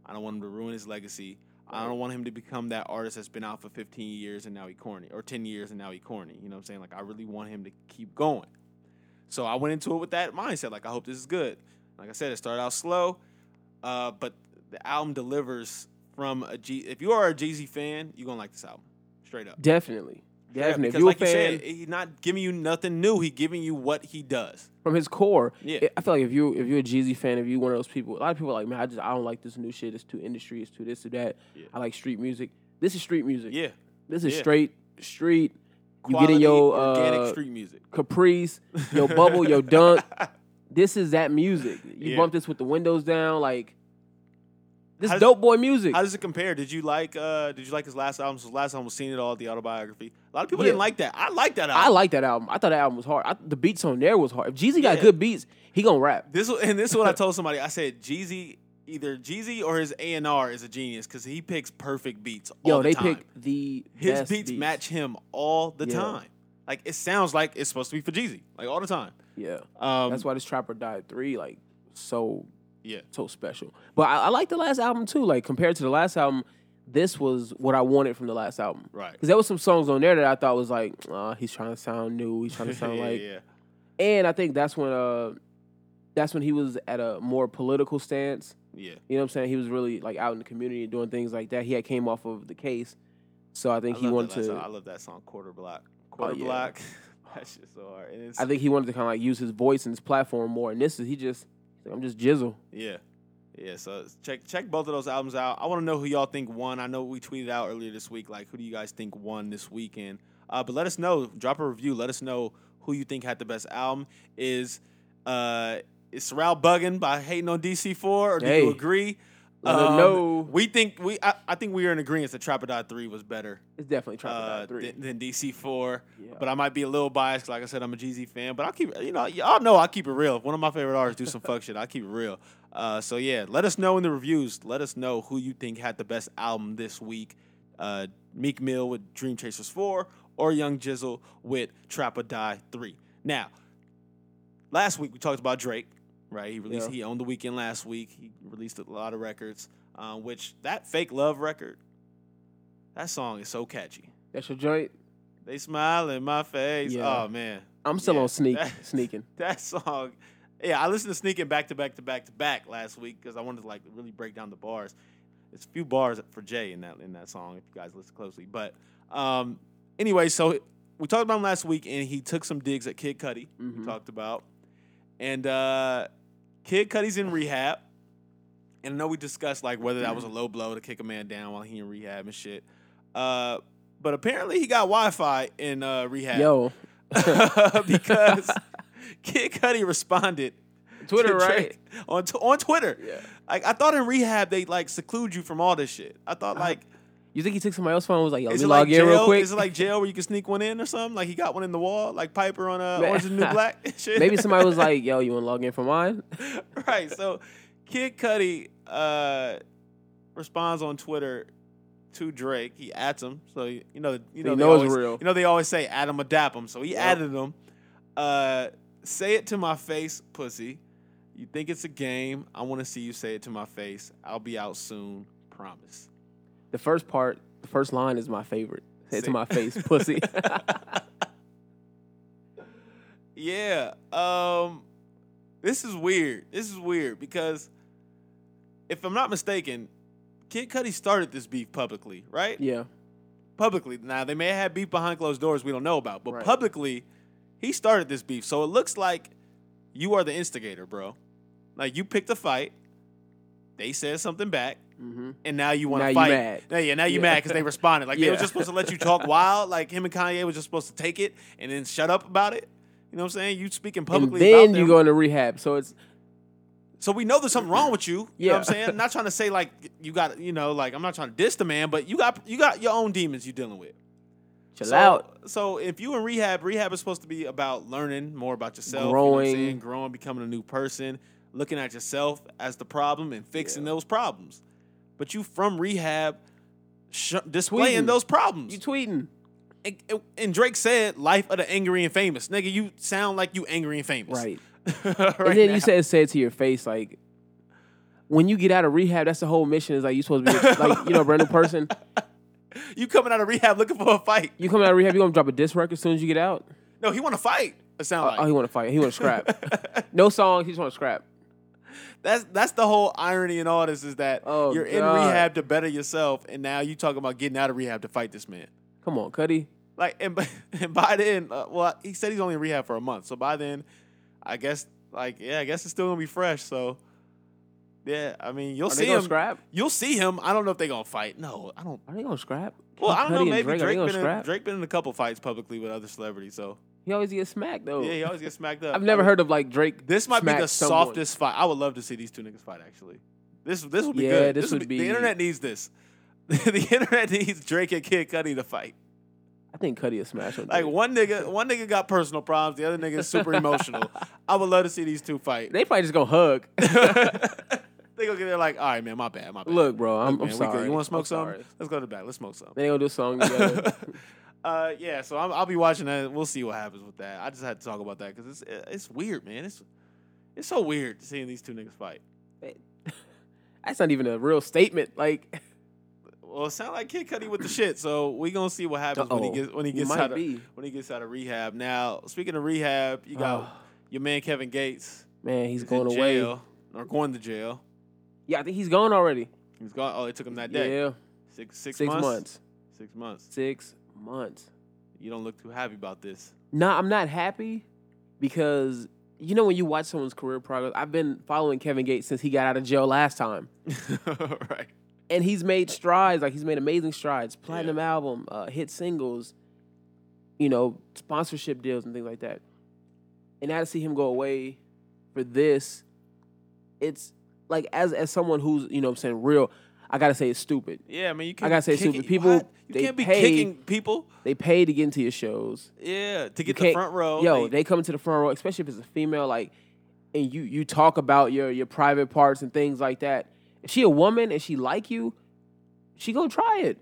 I don't want him to ruin his legacy. I
Right.
don't want him to become that artist that's been out for 15 years and now he corny or 10 years and now he corny. You know what I'm saying? Like I really want him to keep going. So I went into it with that mindset. Like I hope this is good. Like I said, it started out slow, uh, but the album delivers from a G. If you are a Jeezy fan, you're gonna like this album, straight up.
definitely,
Yeah,
definitely. if
because
you're
like
a fan
you said, he's not giving you nothing new. He giving you what he does.
from his core,
Yeah,
I- I feel like if you if you're a Jeezy fan, if you're one of those people, a lot of people are like, man, I just I don't like this new shit. It's too industry. It's too this, too that.
Yeah.
I like street music. This is street music.
yeah.
This is
yeah.
straight street. You
Quality,
get in your
organic
uh,
street music.
Caprice, your bubble, your dunk. This is that music. You
Yeah.
bump this with the windows down, like this
How does-
dope boy music.
How does it compare? Did you like? uh Did you like his last album? His last album was "Seen It All," the autobiography. A lot of people
Yeah.
didn't like that. I like that
I
album.
like that album. I thought that album was hard. I, the beats on there was hard. If Jeezy got
Yeah.
good beats, he gonna rap.
This and this is what I told somebody. I said Jeezy, either Jeezy or his A and R is a genius because he picks perfect beats. All
Yo,
the
they
time.
pick the
his
best
beats, match him all the
Yeah.
time. Like it sounds like it's supposed to be for Jeezy, like all the time.
Yeah.
Um,
That's why this Trapper Died Three like so
Yeah.
so special. But I, I like the last album too. Like compared to the last album, this was what I wanted from the last album.
Right.
Because there was some songs on there that I thought was like, uh, he's trying to sound new. He's trying to sound
yeah,
like,
yeah.
and I think that's when uh, that's when he was at a more political stance.
yeah.
You know what I'm saying? He was really like out in the community and doing things like that. He had came off of the case, so I think
I
he
love that
wanted
last
to. Oh,
song. I love that song, Quarter Block. Quarter
yeah.
Block. that shit's so hard. And it's,
I think he wanted to kind of like use his voice and his platform more. And this is he just, I'm just jizzle.
yeah. Yeah, so check check both of those albums out. I want to know who y'all think won. I know we tweeted out earlier this week, like who do you guys think won this weekend? Uh, but let us know. Drop a review. Let us know who you think had the best album. Is uh is Sorrel bugging by hating on DC four, or do
Hey.
you agree?
Let
Um,
us know.
We think we I, I think we are in agreement that Trapodot three was better
It's definitely
uh,
Trapodot Three.
Than, than DC four.
Yeah.
But I might be a little biased. 'cause Like I said, I'm a GZ fan. But I'll keep you know y'all know I keep it real. If One of my favorite artists do some fuck shit. I keep it real. Uh, so yeah, let us know in the reviews. Let us know who you think had the best album this week. Uh, Meek Mill with Dream Chasers four or Young Jizzle with Trap or Die three. Now, last week we talked about Drake. Right, he released.
Yeah.
He owned the weekend last week. He released a lot of records. Uh, which that fake love record, that song is so catchy.
That's your joint.
They smile in my face.
Yeah.
Oh man,
I'm still
Yeah,
on sneak
that-
sneaking.
that song. Yeah, I listened to Sneaking back to back to back to back last week because I wanted to like really break down the bars. It's a few bars for Jay in that in that song if you guys listen closely. But um, anyway, so we talked about him last week and he took some digs at Kid Cudi. We
Mhm.
talked about and uh, Kid Cudi's in rehab. And I know we discussed like whether that was a low blow to kick a man down while he in rehab and shit. Uh, but apparently he got Wi-Fi in uh, rehab.
Yo,
because Kid Cudi responded
Twitter,
to
right?
Drake on t- on Twitter.
Yeah.
Like I thought in rehab they like seclude you from all this shit. I thought
I-
like
You think he took somebody else's phone? and Was like, yo, Uh, let
is
me
it
log
like jail?
in real quick.
Is it like jail where you can sneak one in or something? Like he got one in the wall, like Piper on uh,
Man.
Orange is the New Black. and shit.
Maybe somebody was like, yo, you want to log in for mine?
right. So Kid Cudi uh, responds on Twitter to Drake. He adds him, so you you know you know,
you
they
know it's
always-
real.
You know they always say add him or dap him, so he
Yep.
added him. Uh, say it to my face, pussy. You think it's a game? I want to see you say it to my face. I'll be out soon, promise.
The first part, the first line is my favorite. Say it
Say-
to my face, pussy.
Yeah. Um this is weird. This is weird because if I'm not mistaken, Kid Cudi started this beef publicly, right?
yeah.
Publicly. Now they may have had beef behind closed doors we don't know about, but
Right.
publicly he started this beef. So it looks like you are the instigator, bro. Like you picked a fight, they said something back,
Mm-hmm.
and now you want
Now
to
you
fight.
mad.
Now, yeah, now you
Yeah.
mad because they responded. Like they were
Yeah.
just supposed to let you talk wild. Like him and Kanye was just supposed to take it and then shut up about it. You know what I'm saying? You speaking
And
publicly. about
then
them.
you go into rehab. So it's,
So we know there's something wrong with you. You know what I'm
Yeah.
saying? I'm not trying to say like you got you know like I'm not trying to diss the man, but you got you got your own demons you dealing with.
chill
so,
out.
So if you in rehab, rehab is supposed to be about learning more about yourself, you know what I'm
Growing.
saying? growing, becoming a new person, looking at yourself as the problem and fixing
Yeah.
those problems. But you from rehab, sh- displaying
Tweeting.
those problems.
You tweeting.
and, and- and Drake said, "Life of the angry and famous, nigga. You sound like you angry and famous,
Right.
right
and then
now.
you said, say it to your face. Like, when you get out of rehab, that's the whole mission is like, you supposed to be like, you know, a brand new person.
you coming out of rehab looking for a fight.
You come out of rehab, you going to drop a diss record as soon as you get out.
No, he want to fight. It sound like
Oh, he want to fight. He want to scrap. no songs. oh, He just want to scrap.
That's that's the whole irony in all this is that
Oh,
you're in
God.
rehab to better yourself, and now you talking about getting out of rehab to fight this man.
Come on, Cuddy.
Like and, by- and by then, uh, well, he said he's only in rehab for a month, so by then, I guess like yeah, I guess it's still gonna be fresh. So yeah, I mean you'll
Are
see
they gonna
him.
scrap?
You'll see him. I don't know if they gonna fight. No, I don't.
Are they gonna scrap?
Well,
Kid
I don't know.
Cudi and
Maybe Drake,
Drake, are they gonna
been in,
scrap?
Drake been in a couple fights publicly with other celebrities, so
He always gets smacked though.
yeah, he always gets smacked up.
Oh. I've
I
never
mean,
heard of like Drake.
This might be
smack
the
someone.
softest fight. I would love to see these two niggas fight. Actually, this this would be
Yeah,
good.
this
would
would
the
be-
internet needs this. the internet needs Drake and Kid Cudi to fight.
I think Cuddy will smash him.
Like one nigga, one nigga got personal problems. The other nigga is super emotional. I would love to see these two fight.
they probably just gonna hug.
they go get there like, all right, man, my bad, my bad.
Look, bro, I'm,
man,
I'm
we good.
sorry.
You want to
I'm
smoke something?
sorry.
Let's go to the back. Let's smoke something.
Then they gonna do a song together.
uh, yeah, so I'm, I'll be watching that. We'll see what happens with that. I just had to talk about that because it's it's weird, man. It's it's so weird seeing these two niggas fight.
That's not even a real statement. Like
Well, it sound like Kid Cudi with the shit. So we gonna see what happens when
Uh-oh.
he gets when he
you
gets
might
out of
be.
when he gets out of rehab. Now, speaking of rehab, you got
Oh,
your man Kevin Gates.
man, he's
is
going
in
away.
jail, or going to jail.
Yeah, I think he's gone already.
He's gone. Oh, it took him that day.
Yeah,
Six
six,
six months.
months.
Six months.
Six months.
You don't look too happy about this.
No, I'm not happy because You know when you watch someone's career progress, I've been following Kevin Gates since he got out of jail last time,
right.
and he's made strides. Like he's made amazing strides, platinum album, uh, hit singles, you know, sponsorship deals and things like that. And now to see him go away for this, it's like as as someone who's you know what I'm saying real, I gotta say it's stupid.
Yeah, I mean, you
I
can't.
gotta say,
be
stupid
kicking-
people,
what? You
they
can't be
pay-
kicking people.
They pay to get into your shows.
Yeah, to get the
can't-
front row.
Yo, they come to the front row, especially if it's a female, like, and you you talk about your your private parts and things like that. If she a woman and she like you, she gonna try it.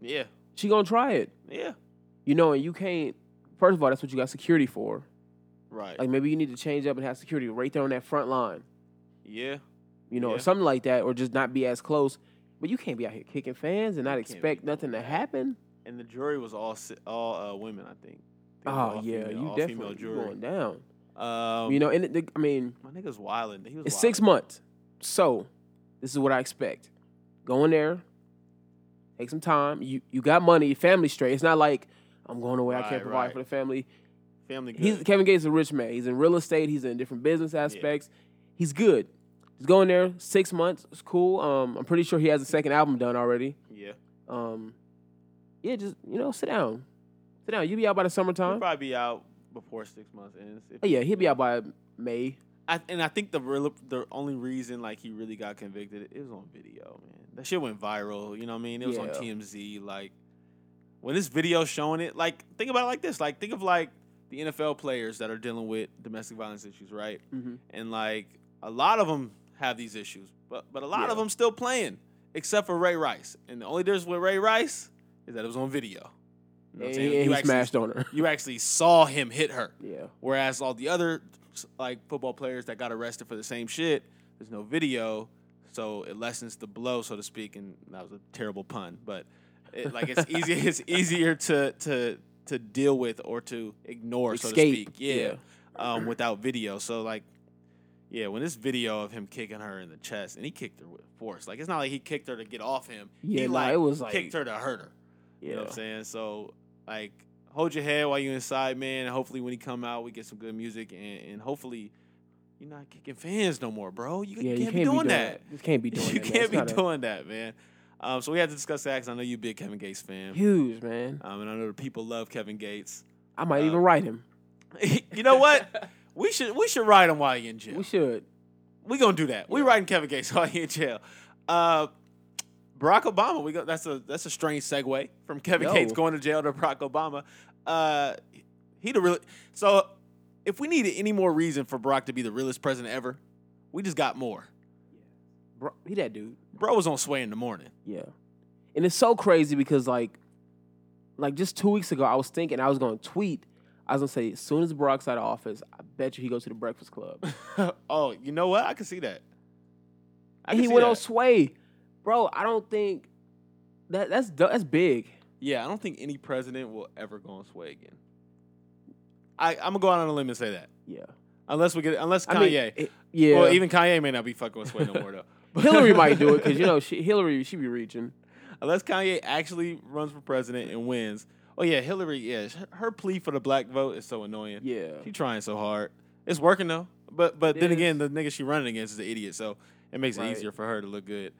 yeah,
She gonna try it.
yeah,
You know, and you can't. First of all, that's what you got security for.
right.
Like maybe you need to change up and have security right there on that front line.
yeah,
You know,
Yeah.
or something like that, or just not be as close. But you can't be out here kicking fans and not
You can't be
expect
doing
nothing to
that.
happen.
and the jury was all si- all uh, women, I think. They were
Oh
all
yeah,
female-
you
all female
definitely you
jury.
going down.
Um,
you know, and it, the, I mean,
my nigga's wilding. He was
It's six
wildin'.
months. So, this is what I expect. Go in there, take some time. You you got money, family straight. It's not like I'm going away. I
Right,
can't provide
right.
for the family.
Family good.
He's Kevin Gates is a rich man. He's in real estate. He's in different business aspects. He's good. He's going there six months. It's cool. Um, I'm pretty sure he has a second album done already.
yeah,
Um, yeah, just you know, sit down, sit down. You be out by the
he'll
summertime.
probably be out before six months ends. if-
Oh, yeah, he'll be out by May.
I, and I think the real, the only reason like he really got convicted it was on video, man. That shit went viral. You know what I mean? It was on
Yeah.
TMZ. Like when this video showing it, like think about it like this. Like think of like the NFL players that are dealing with domestic violence issues, right?
Mhm.
And like a lot of them have these issues, but but a lot of
Yeah.
them still playing, except for Ray Rice. And the only difference with Ray Rice is that it was on video. You know what I'm
And,
saying?
and
You
he
actually-
smashed on her.
You actually saw him hit her.
Yeah.
Whereas all the other like football players that got arrested for the same shit, there's no video, so it lessens the blow, so to speak. And that was a terrible pun, but it, like it's easy, it's easier to to to deal with or to ignore, so to speak.
Escape,
Yeah, Um, without video. So like, yeah, when this video of him kicking her in the chest, and he kicked her with force. Like it's not like he kicked her to get off him.
Yeah,
he
nah,
like
it was like
kicked her to hurt her.
Yeah.
You know what I'm saying? So like hold your head while you inside, man. And hopefully when he come out, we get some good music and, and hopefully you're not kicking fans no more, bro. You,
Yeah,
can't,
you
be doing that.
You can't be doing
you
that. man.
can't
It's
be
not a-
doing that, man. Um, so we had to discuss that 'cause I know you a big Kevin Gates fan.
Huge, man.
Um, and I know the people love Kevin Gates.
I might
Uh,
even write him.
you know what? We should we should ride him while he in jail.
We should.
We gonna do that. We
Yeah.
writing Kevin Gates while he in jail. Uh, Barack Obama. We go. That's a that's a strange segue from Kevin
Yo.
Gates going to jail to Barack Obama. Uh, he the real. So if we needed any more reason for Barack to be the realest president ever, we just got more.
Bro, he that dude.
Bro was on Sway in the morning.
Yeah. And it's so crazy because like, like just two weeks ago, I was thinking I was gonna tweet. I was gonna say, as soon as Barack's out of office, I bet you he goes to the Breakfast Club.
oh, you know what? I can see that. I
And
can
he
see
went
that.
on Sway, bro. I don't think that that's du- that's big.
Yeah, I don't think any president will ever go on Sway again. I, I'm gonna go out on a limb and say that.
Yeah.
Unless we get, unless Kanye.
I mean, it- yeah.
Well, even Kanye may not be fucking with Sway no more though. But-
Hillary might do it because you know she, Hillary she be reaching.
unless Kanye actually runs for president and wins. Oh yeah, Hillary. Yeah, her- her plea for the black vote is so annoying.
Yeah.
She trying so hard. It's working though. But but
It
then
is.
again, the nigga she running against is an idiot, so it makes
Right.
it easier for her to look good.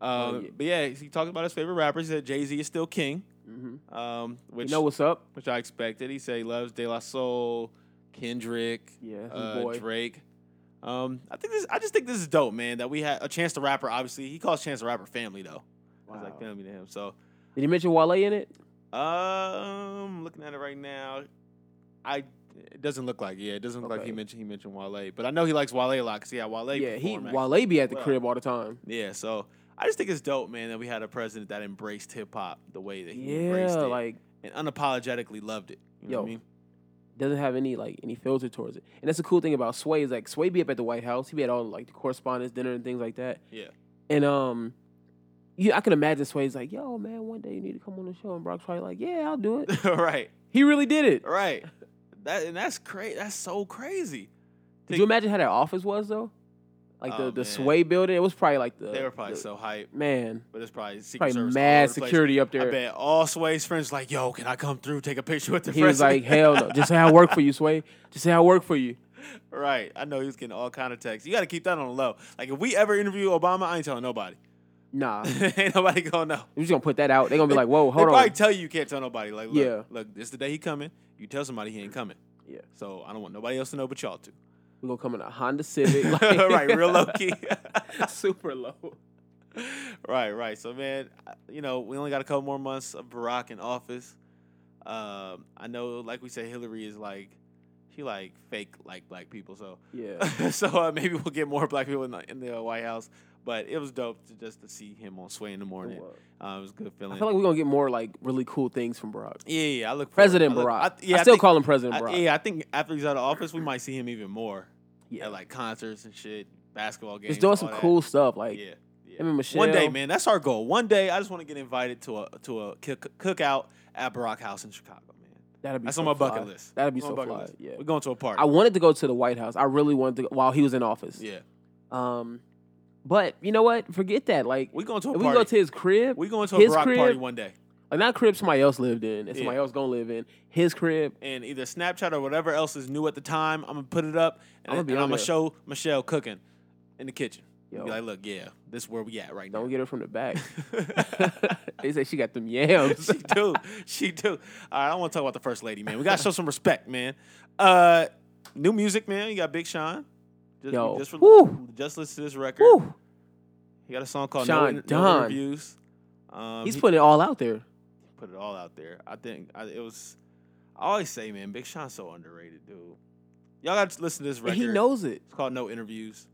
Um,
Oh, yeah.
But yeah, he talked about his favorite rappers. He said Jay Z is still king,
hmm
um, which
You know what's up?
which I expected. He said he loves De La Soul, Kendrick,
Yeah, that's his
uh,
boy.
Drake. Um, I think this. I just think this is dope, man. That we had a chance to rapper. Obviously, he calls Chance the Rapper family though. I was like
Wow.
family to him. So,
Did he mention Wale in it?
um, looking at it right now, I it doesn't look like. Yeah, it doesn't look like he
Okay.
mentioned he mentioned Wale, but I know he likes Wale a lot because he had Wale.
yeah, he
perform, actually.
Wale be at the
Well.
crib all the time.
Yeah, so I just think it's dope, man, that we had a president that embraced hip hop the way that he
Yeah,
embraced it
like
and unapologetically loved it. You know what I
Yo,
mean?
doesn't have any like any filter towards it. And that's the cool thing about Sway is like Sway be up at the White House. He be at all like the correspondence dinner and things like that.
Yeah.
And um, you I can imagine Sway's like, yo man, one day you need to come on the show, and Brock's probably like, yeah, I'll do it.
right,
he really did it.
right. That and that's crazy. That's so crazy.
Did you imagine how that office was though? Like the
Oh,
the
man.
Sway building, it was probably like the
They were probably
the-
so hype,
man,
but it's probably secret
probably
Service all
mad
over the place.
security up
I
there.
bet all Sway's friends like, yo, can I come through, take a picture with the
He was like,
president?
hell no, just say I work for you, Sway. Just say I work for you.
right. I know he was getting all kind of texts. You got to keep that on the low. Like if we ever interview Obama, I ain't telling nobody.
Nah,
ain't nobody gonna know.
we just gonna put that out. They're gonna be
They-
like, whoa,
They
Uh, hold
probably
on.
tell you you can't tell nobody. Like, look,
Yeah.
look, it's the day he coming. You tell somebody he ain't coming.
Yeah.
So I don't want nobody else to know but y'all two.
We're gonna come in a Honda Civic. like-
right, real low key.
Super low.
right, right. So man, I- you know, we only got a couple more months of Barack in office. Um, I know, like we said, Hillary is like she like fake like black people. So
Yeah.
so uh, maybe we'll get more black people in the, in the uh, White House. But it was dope to just to see him on Sway in the morning. Uh, it was a good feeling.
I feel like we're gonna get more like really cool things from Barack.
yeah, yeah, yeah, I look forward-
President
I look-
Barack.
I,
I,
yeah, I
still
think-
call him President
I-
Barack.
yeah, I think after he's out of office, we might see him even more
Yeah.
at like concerts and shit, basketball games.
Just doing some
all that.
cool stuff. Like
yeah, yeah.
him and Michelle.
One day, man, that's our goal. One day, I just want to get invited to a to a cook- cookout at Barack House in Chicago, man.
That'd be
That's
so
on my
fly.
bucket list.
That'd be
That's on
so
my bucket
fly.
list.
Yeah.
We're going to a party.
I wanted to go to the White House. I really wanted to go while he was in office.
yeah,
Um, but you know what? Forget that. Like
we're going to a
if we
party.
go to his crib,
we're going to a
his
Barack party
crib-
one day,
like not crib somebody else lived in, and somebody
Yeah.
else gonna live in his crib.
and either Snapchat or whatever else is new at the time, I'm gonna put it up, and
I'ma
and
be
I'm
on
gonna
there.
show Michelle cooking in the kitchen. Be
Yo.
like, look, yeah, this is where we at right now.
Don't get her from the back.
she
they say she got them yams.
do. She do. All right, I don't want to talk about the first lady, man. We gotta show some respect, man. Uh, new music, man. You got Big Sean. Just, we
Yo.
just, re-
Woo.
just listen to this record.
Woo.
He got a song called
Sean
No, In- no
Don.
Interviews. Um,
He's
he
putting it all out there.
put it all out there. I think I, it was. I always say, man, Big Sean's so underrated, dude. Y'all got to listen to this record.
And he knows it.
It's called No Interviews.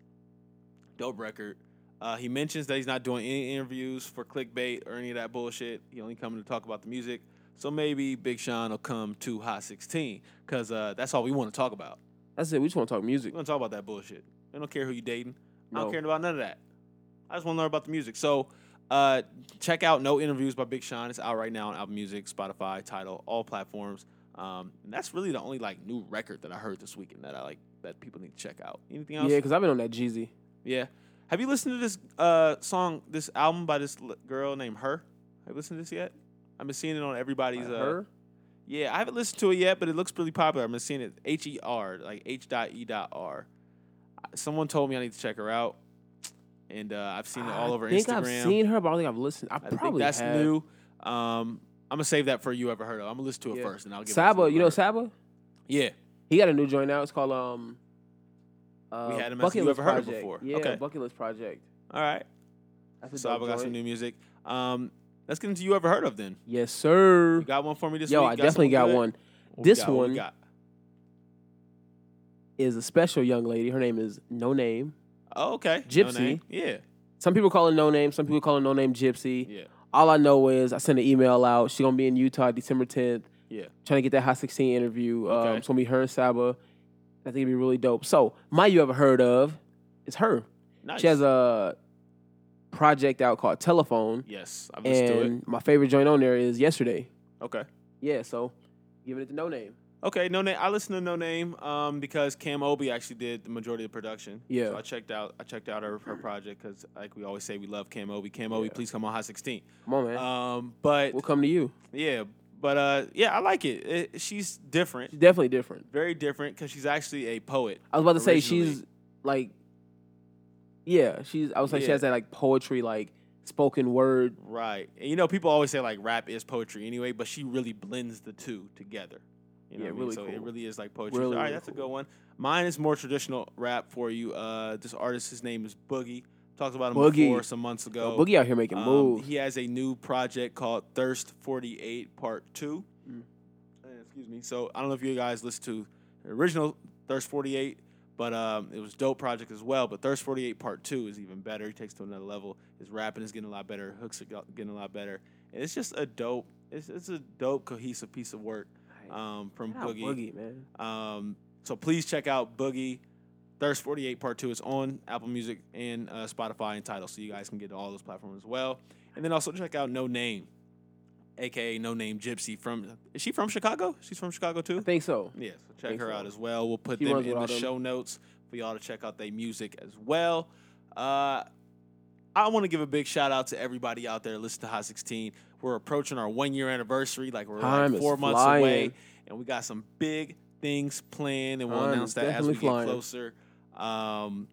Dope record. Uh, he mentions that he's not doing any interviews for clickbait or any of that bullshit. He only coming to talk about the music. So maybe Big Sean will come to Hot 16 because uh, that's all we want to talk about.
That's it. We just want to talk music.
We want to talk about that bullshit. I don't care who you dating. I
No.
don't care about none of that. I just want to learn about the music. So uh, check out No Interviews by Big Sean. It's out right now on Apple Music, Spotify, Title, all platforms. Um, and that's really the only like new record that I heard this weekend that I like that people need to check out. Anything
Yeah,
else?
because I've been on that Jeezy.
Yeah. Have you listened to this uh, song, this album by this l- girl named Her? Have you listened to this yet? I've been seeing it on everybody's.
Like
uh,
her.
Yeah, I haven't listened to it yet, but it looks pretty popular. I've been seeing it. H E R, like H dot E dot R. Someone told me I need to check her out, and uh, I've seen it all over
I think
Instagram.
I've seen her, but I don't think I've listened. I,
I think
probably
that's
have.
new. Um, I'm gonna save that for you ever heard of. I'm gonna listen to it
Yeah.
first, and I'll give
Saba,
it
you know Saba?
yeah,
He got a new joint now. It's called um. Uh,
We had him as
Bucket
you
List
ever heard of
Project.
before.
Yeah,
Okay.
Bucket List Project.
all right.
That's a
So I've
dope
got some
joint.
new music. Um, let's get into you ever heard of then.
Yes, sir.
You got one for me this
Yo,
week?
I definitely
something
got
good?
one.
What we
This
got? What we
one-
got?
Is a special young lady. Her name is No Name.
Oh, okay.
Gypsy.
No name. yeah.
Some people call her No Name. Some people call her No Name Gypsy.
Yeah.
All I know is I sent an email out. She's gonna be in Utah December 10th.
Yeah.
Trying to get that Hot 16 interview.
Okay.
Um, it's gonna be her and Saba. I think it'd be really dope. So my you ever heard of is her.
Nice.
She has a project out called Telephone,
Yes. I've listened to it.
and my favorite joint on there is Yesterday.
Okay.
Yeah, so giving it to No Name.
Okay. No name. I listened to No Name um, because Cam Obi actually did the majority of the production.
Yeah.
So I checked out. I checked out her, her project because, like we always say, we love Cam Obi. Cam Obi,
Yeah.
please come on Hot 16.
Come on, man.
Um, but
we'll come to you.
yeah, but uh, yeah, I like it. it she's different.
She's definitely different.
Very different because she's actually a poet.
I was about to say
Originally.
she's like, yeah, she's. I was like she
Yeah.
has that like poetry, like spoken word.
Right. And you know, people always say like rap is poetry anyway, but she really blends the two together. You know
Yeah,
what I mean?
really
So it
cool.
really is like poetry.
Really,
All right,
really
that's a good
cool.
one. Mine is more traditional rap for you. Uh, this artist, his name is Boogie. Talked about him
Boogie.
before some months ago.
Boogie out here making
Um,
moves.
He has a new project called Thirst 48 Part 2.
Mm.
Uh, excuse me. So I don't know if you guys listened to the original Thirst 48, but um, it was a dope project as well. But Thirst 48 Part 2 is even better. He takes it to another level. His rapping is getting a lot better. Hooks are go- getting a lot better. And it's just a dope, it's, it's a dope, cohesive piece of work um, from
Shout out Boogie, man.
um, so please check out Boogie Thirst 48 Part 2. It's on Apple Music and uh, Spotify and Tidal, so you guys can get to all those platforms as well. And then also check out No Name, aka No Name Gypsy from. Is she from Chicago? She's from Chicago too?
I think so.
Yeah, so check
think
her
so.
out as well. We'll put
She
them
runs
in
with
the
all them.
show notes for y'all to check out their music as well. Uh, I want to give a big shout out to everybody out there listening to Hot 16. We're approaching our one year anniversary, like we're
Time
like
is
four months
flying.
away, and we got some big things planned, and we'll
Flying
announce
is
that as we
definitely flying.
get closer. Um,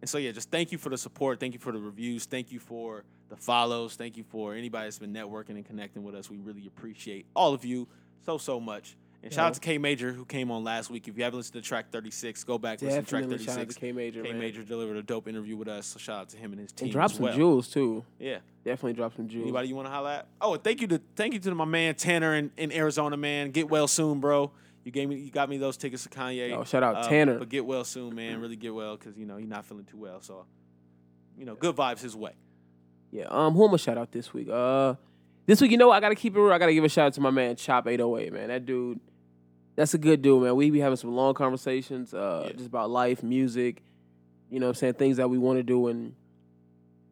and so yeah, just thank you for the support. Thank you for the reviews. Thank you for the follows. Thank you for anybody that's been networking and connecting with us. We really appreciate all of you so so much. And shout out to K Major who came on last week. If you haven't listened to track 36, go back listen to track
Definitely shout out
36.
to K Major,
K
man.
Major delivered a dope interview with us. So shout out to him and his team.
and drop
as
some
well.
jewels too.
Yeah.
Definitely drop some jewels.
Anybody you want to holler at? Oh, and thank you to thank you to my man Tanner in, in Arizona, man. Get well soon, bro. You gave me you got me those tickets to Kanye.
Oh, shout out
Uh,
Tanner.
But get well soon, man. Really get well because you know he's not feeling too well. So, you know, good vibes his way.
Yeah. Um, who am I shout out this week? Uh, this week, you know, what? I gotta keep it real. I gotta give a shout out to my man Chop Eight Hundred Eight, man. That dude, that's a good dude, man. We be having some long conversations, uh,
Yeah.
just about life, music, you know, what I'm saying things that we want to do, and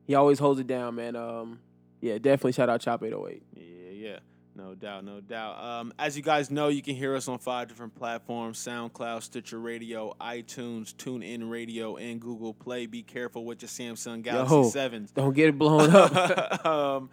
he always holds it down, man. Um, yeah, definitely shout out Chop Eight Hundred Eight.
Yeah, yeah. No doubt, no doubt. Um, as you guys know, you can hear us on five different platforms SoundCloud, Stitcher Radio, iTunes, TuneIn Radio, and Google Play. Be careful with your Samsung Galaxy
Yo.
7s.
Don't get it blown up.
um,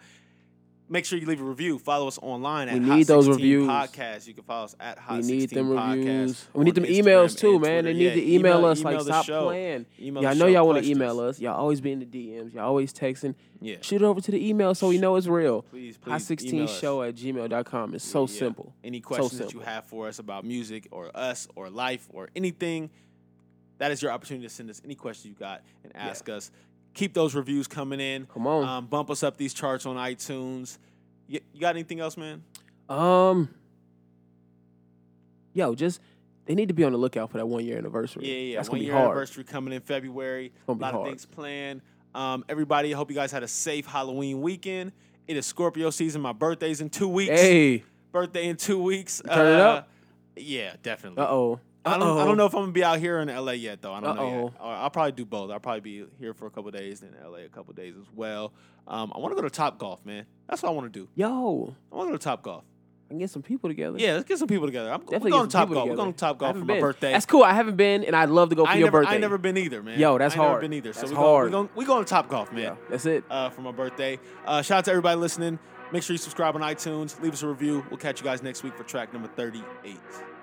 make sure you leave a review. Follow us online at
We
Hot
need those
16
reviews.
Podcast. You can follow us at Hot
we need
16
them
Podcast
reviews.
on
We need them
Instagram
emails too,
and
man. They
Twitter.
need
Yeah,
to email, us. Like,
email the
stop
show.
playing.
Email
Y'all
the
know
show
y'all want to
questions.
email us. Y'all always be in the DMs. Y'all always texting.
Yeah,
Shoot it over to the email so we know it's real.
please, please.
Hot 16
email us.
show at gmail.com. It's so
Yeah.
simple.
Any questions that you
simple.
have for us about music or us or life or anything, that is your opportunity to send us any questions you got and ask us. Keep those reviews coming in.
Come on.
Um, bump us up these charts on iTunes. You, you got anything else, man?
Um, yo, just they need to be on the lookout for that one year anniversary.
Yeah, yeah.
That's
One
gonna be
year
hard.
anniversary coming in February.
It's
a
gonna be
lot
hard.
of things planned. Um, everybody, I hope you guys had a safe Halloween weekend. It is Scorpio season. My birthday's in two weeks.
Hey,
Birthday in two weeks.
Turn it up.
Yeah, definitely.
uh oh.
I don't, I don't know if I'm gonna be out here in LA yet though. I don't know. Yet.
Uh-oh.
Or I'll probably do both. I'll probably be here for a couple days, then LA a couple days as well. Um, I want to go to Top Golf, man. That's what I want to do.
Yo,
I want to go to Top Golf.
I can get some people together.
Yeah, let's get some people together. I'm
Definitely
we're going to
get some
Top
people
Golf. We're
together.
going to Top
I
Golf
haven't
for my
been.
birthday.
That's cool. I haven't been, and I'd love to go for
I ain't
your
never,
birthday.
I ain't never been either, man.
Yo, that's
I ain't
hard.
Never been either. So
That's
we
hard.
Going, we going we going to Top Golf, man.
Yeah, that's it.
Uh, for my birthday. Uh, shout out to everybody listening. Make sure you subscribe on iTunes. Leave us a review. We'll catch you guys next week for track number 38.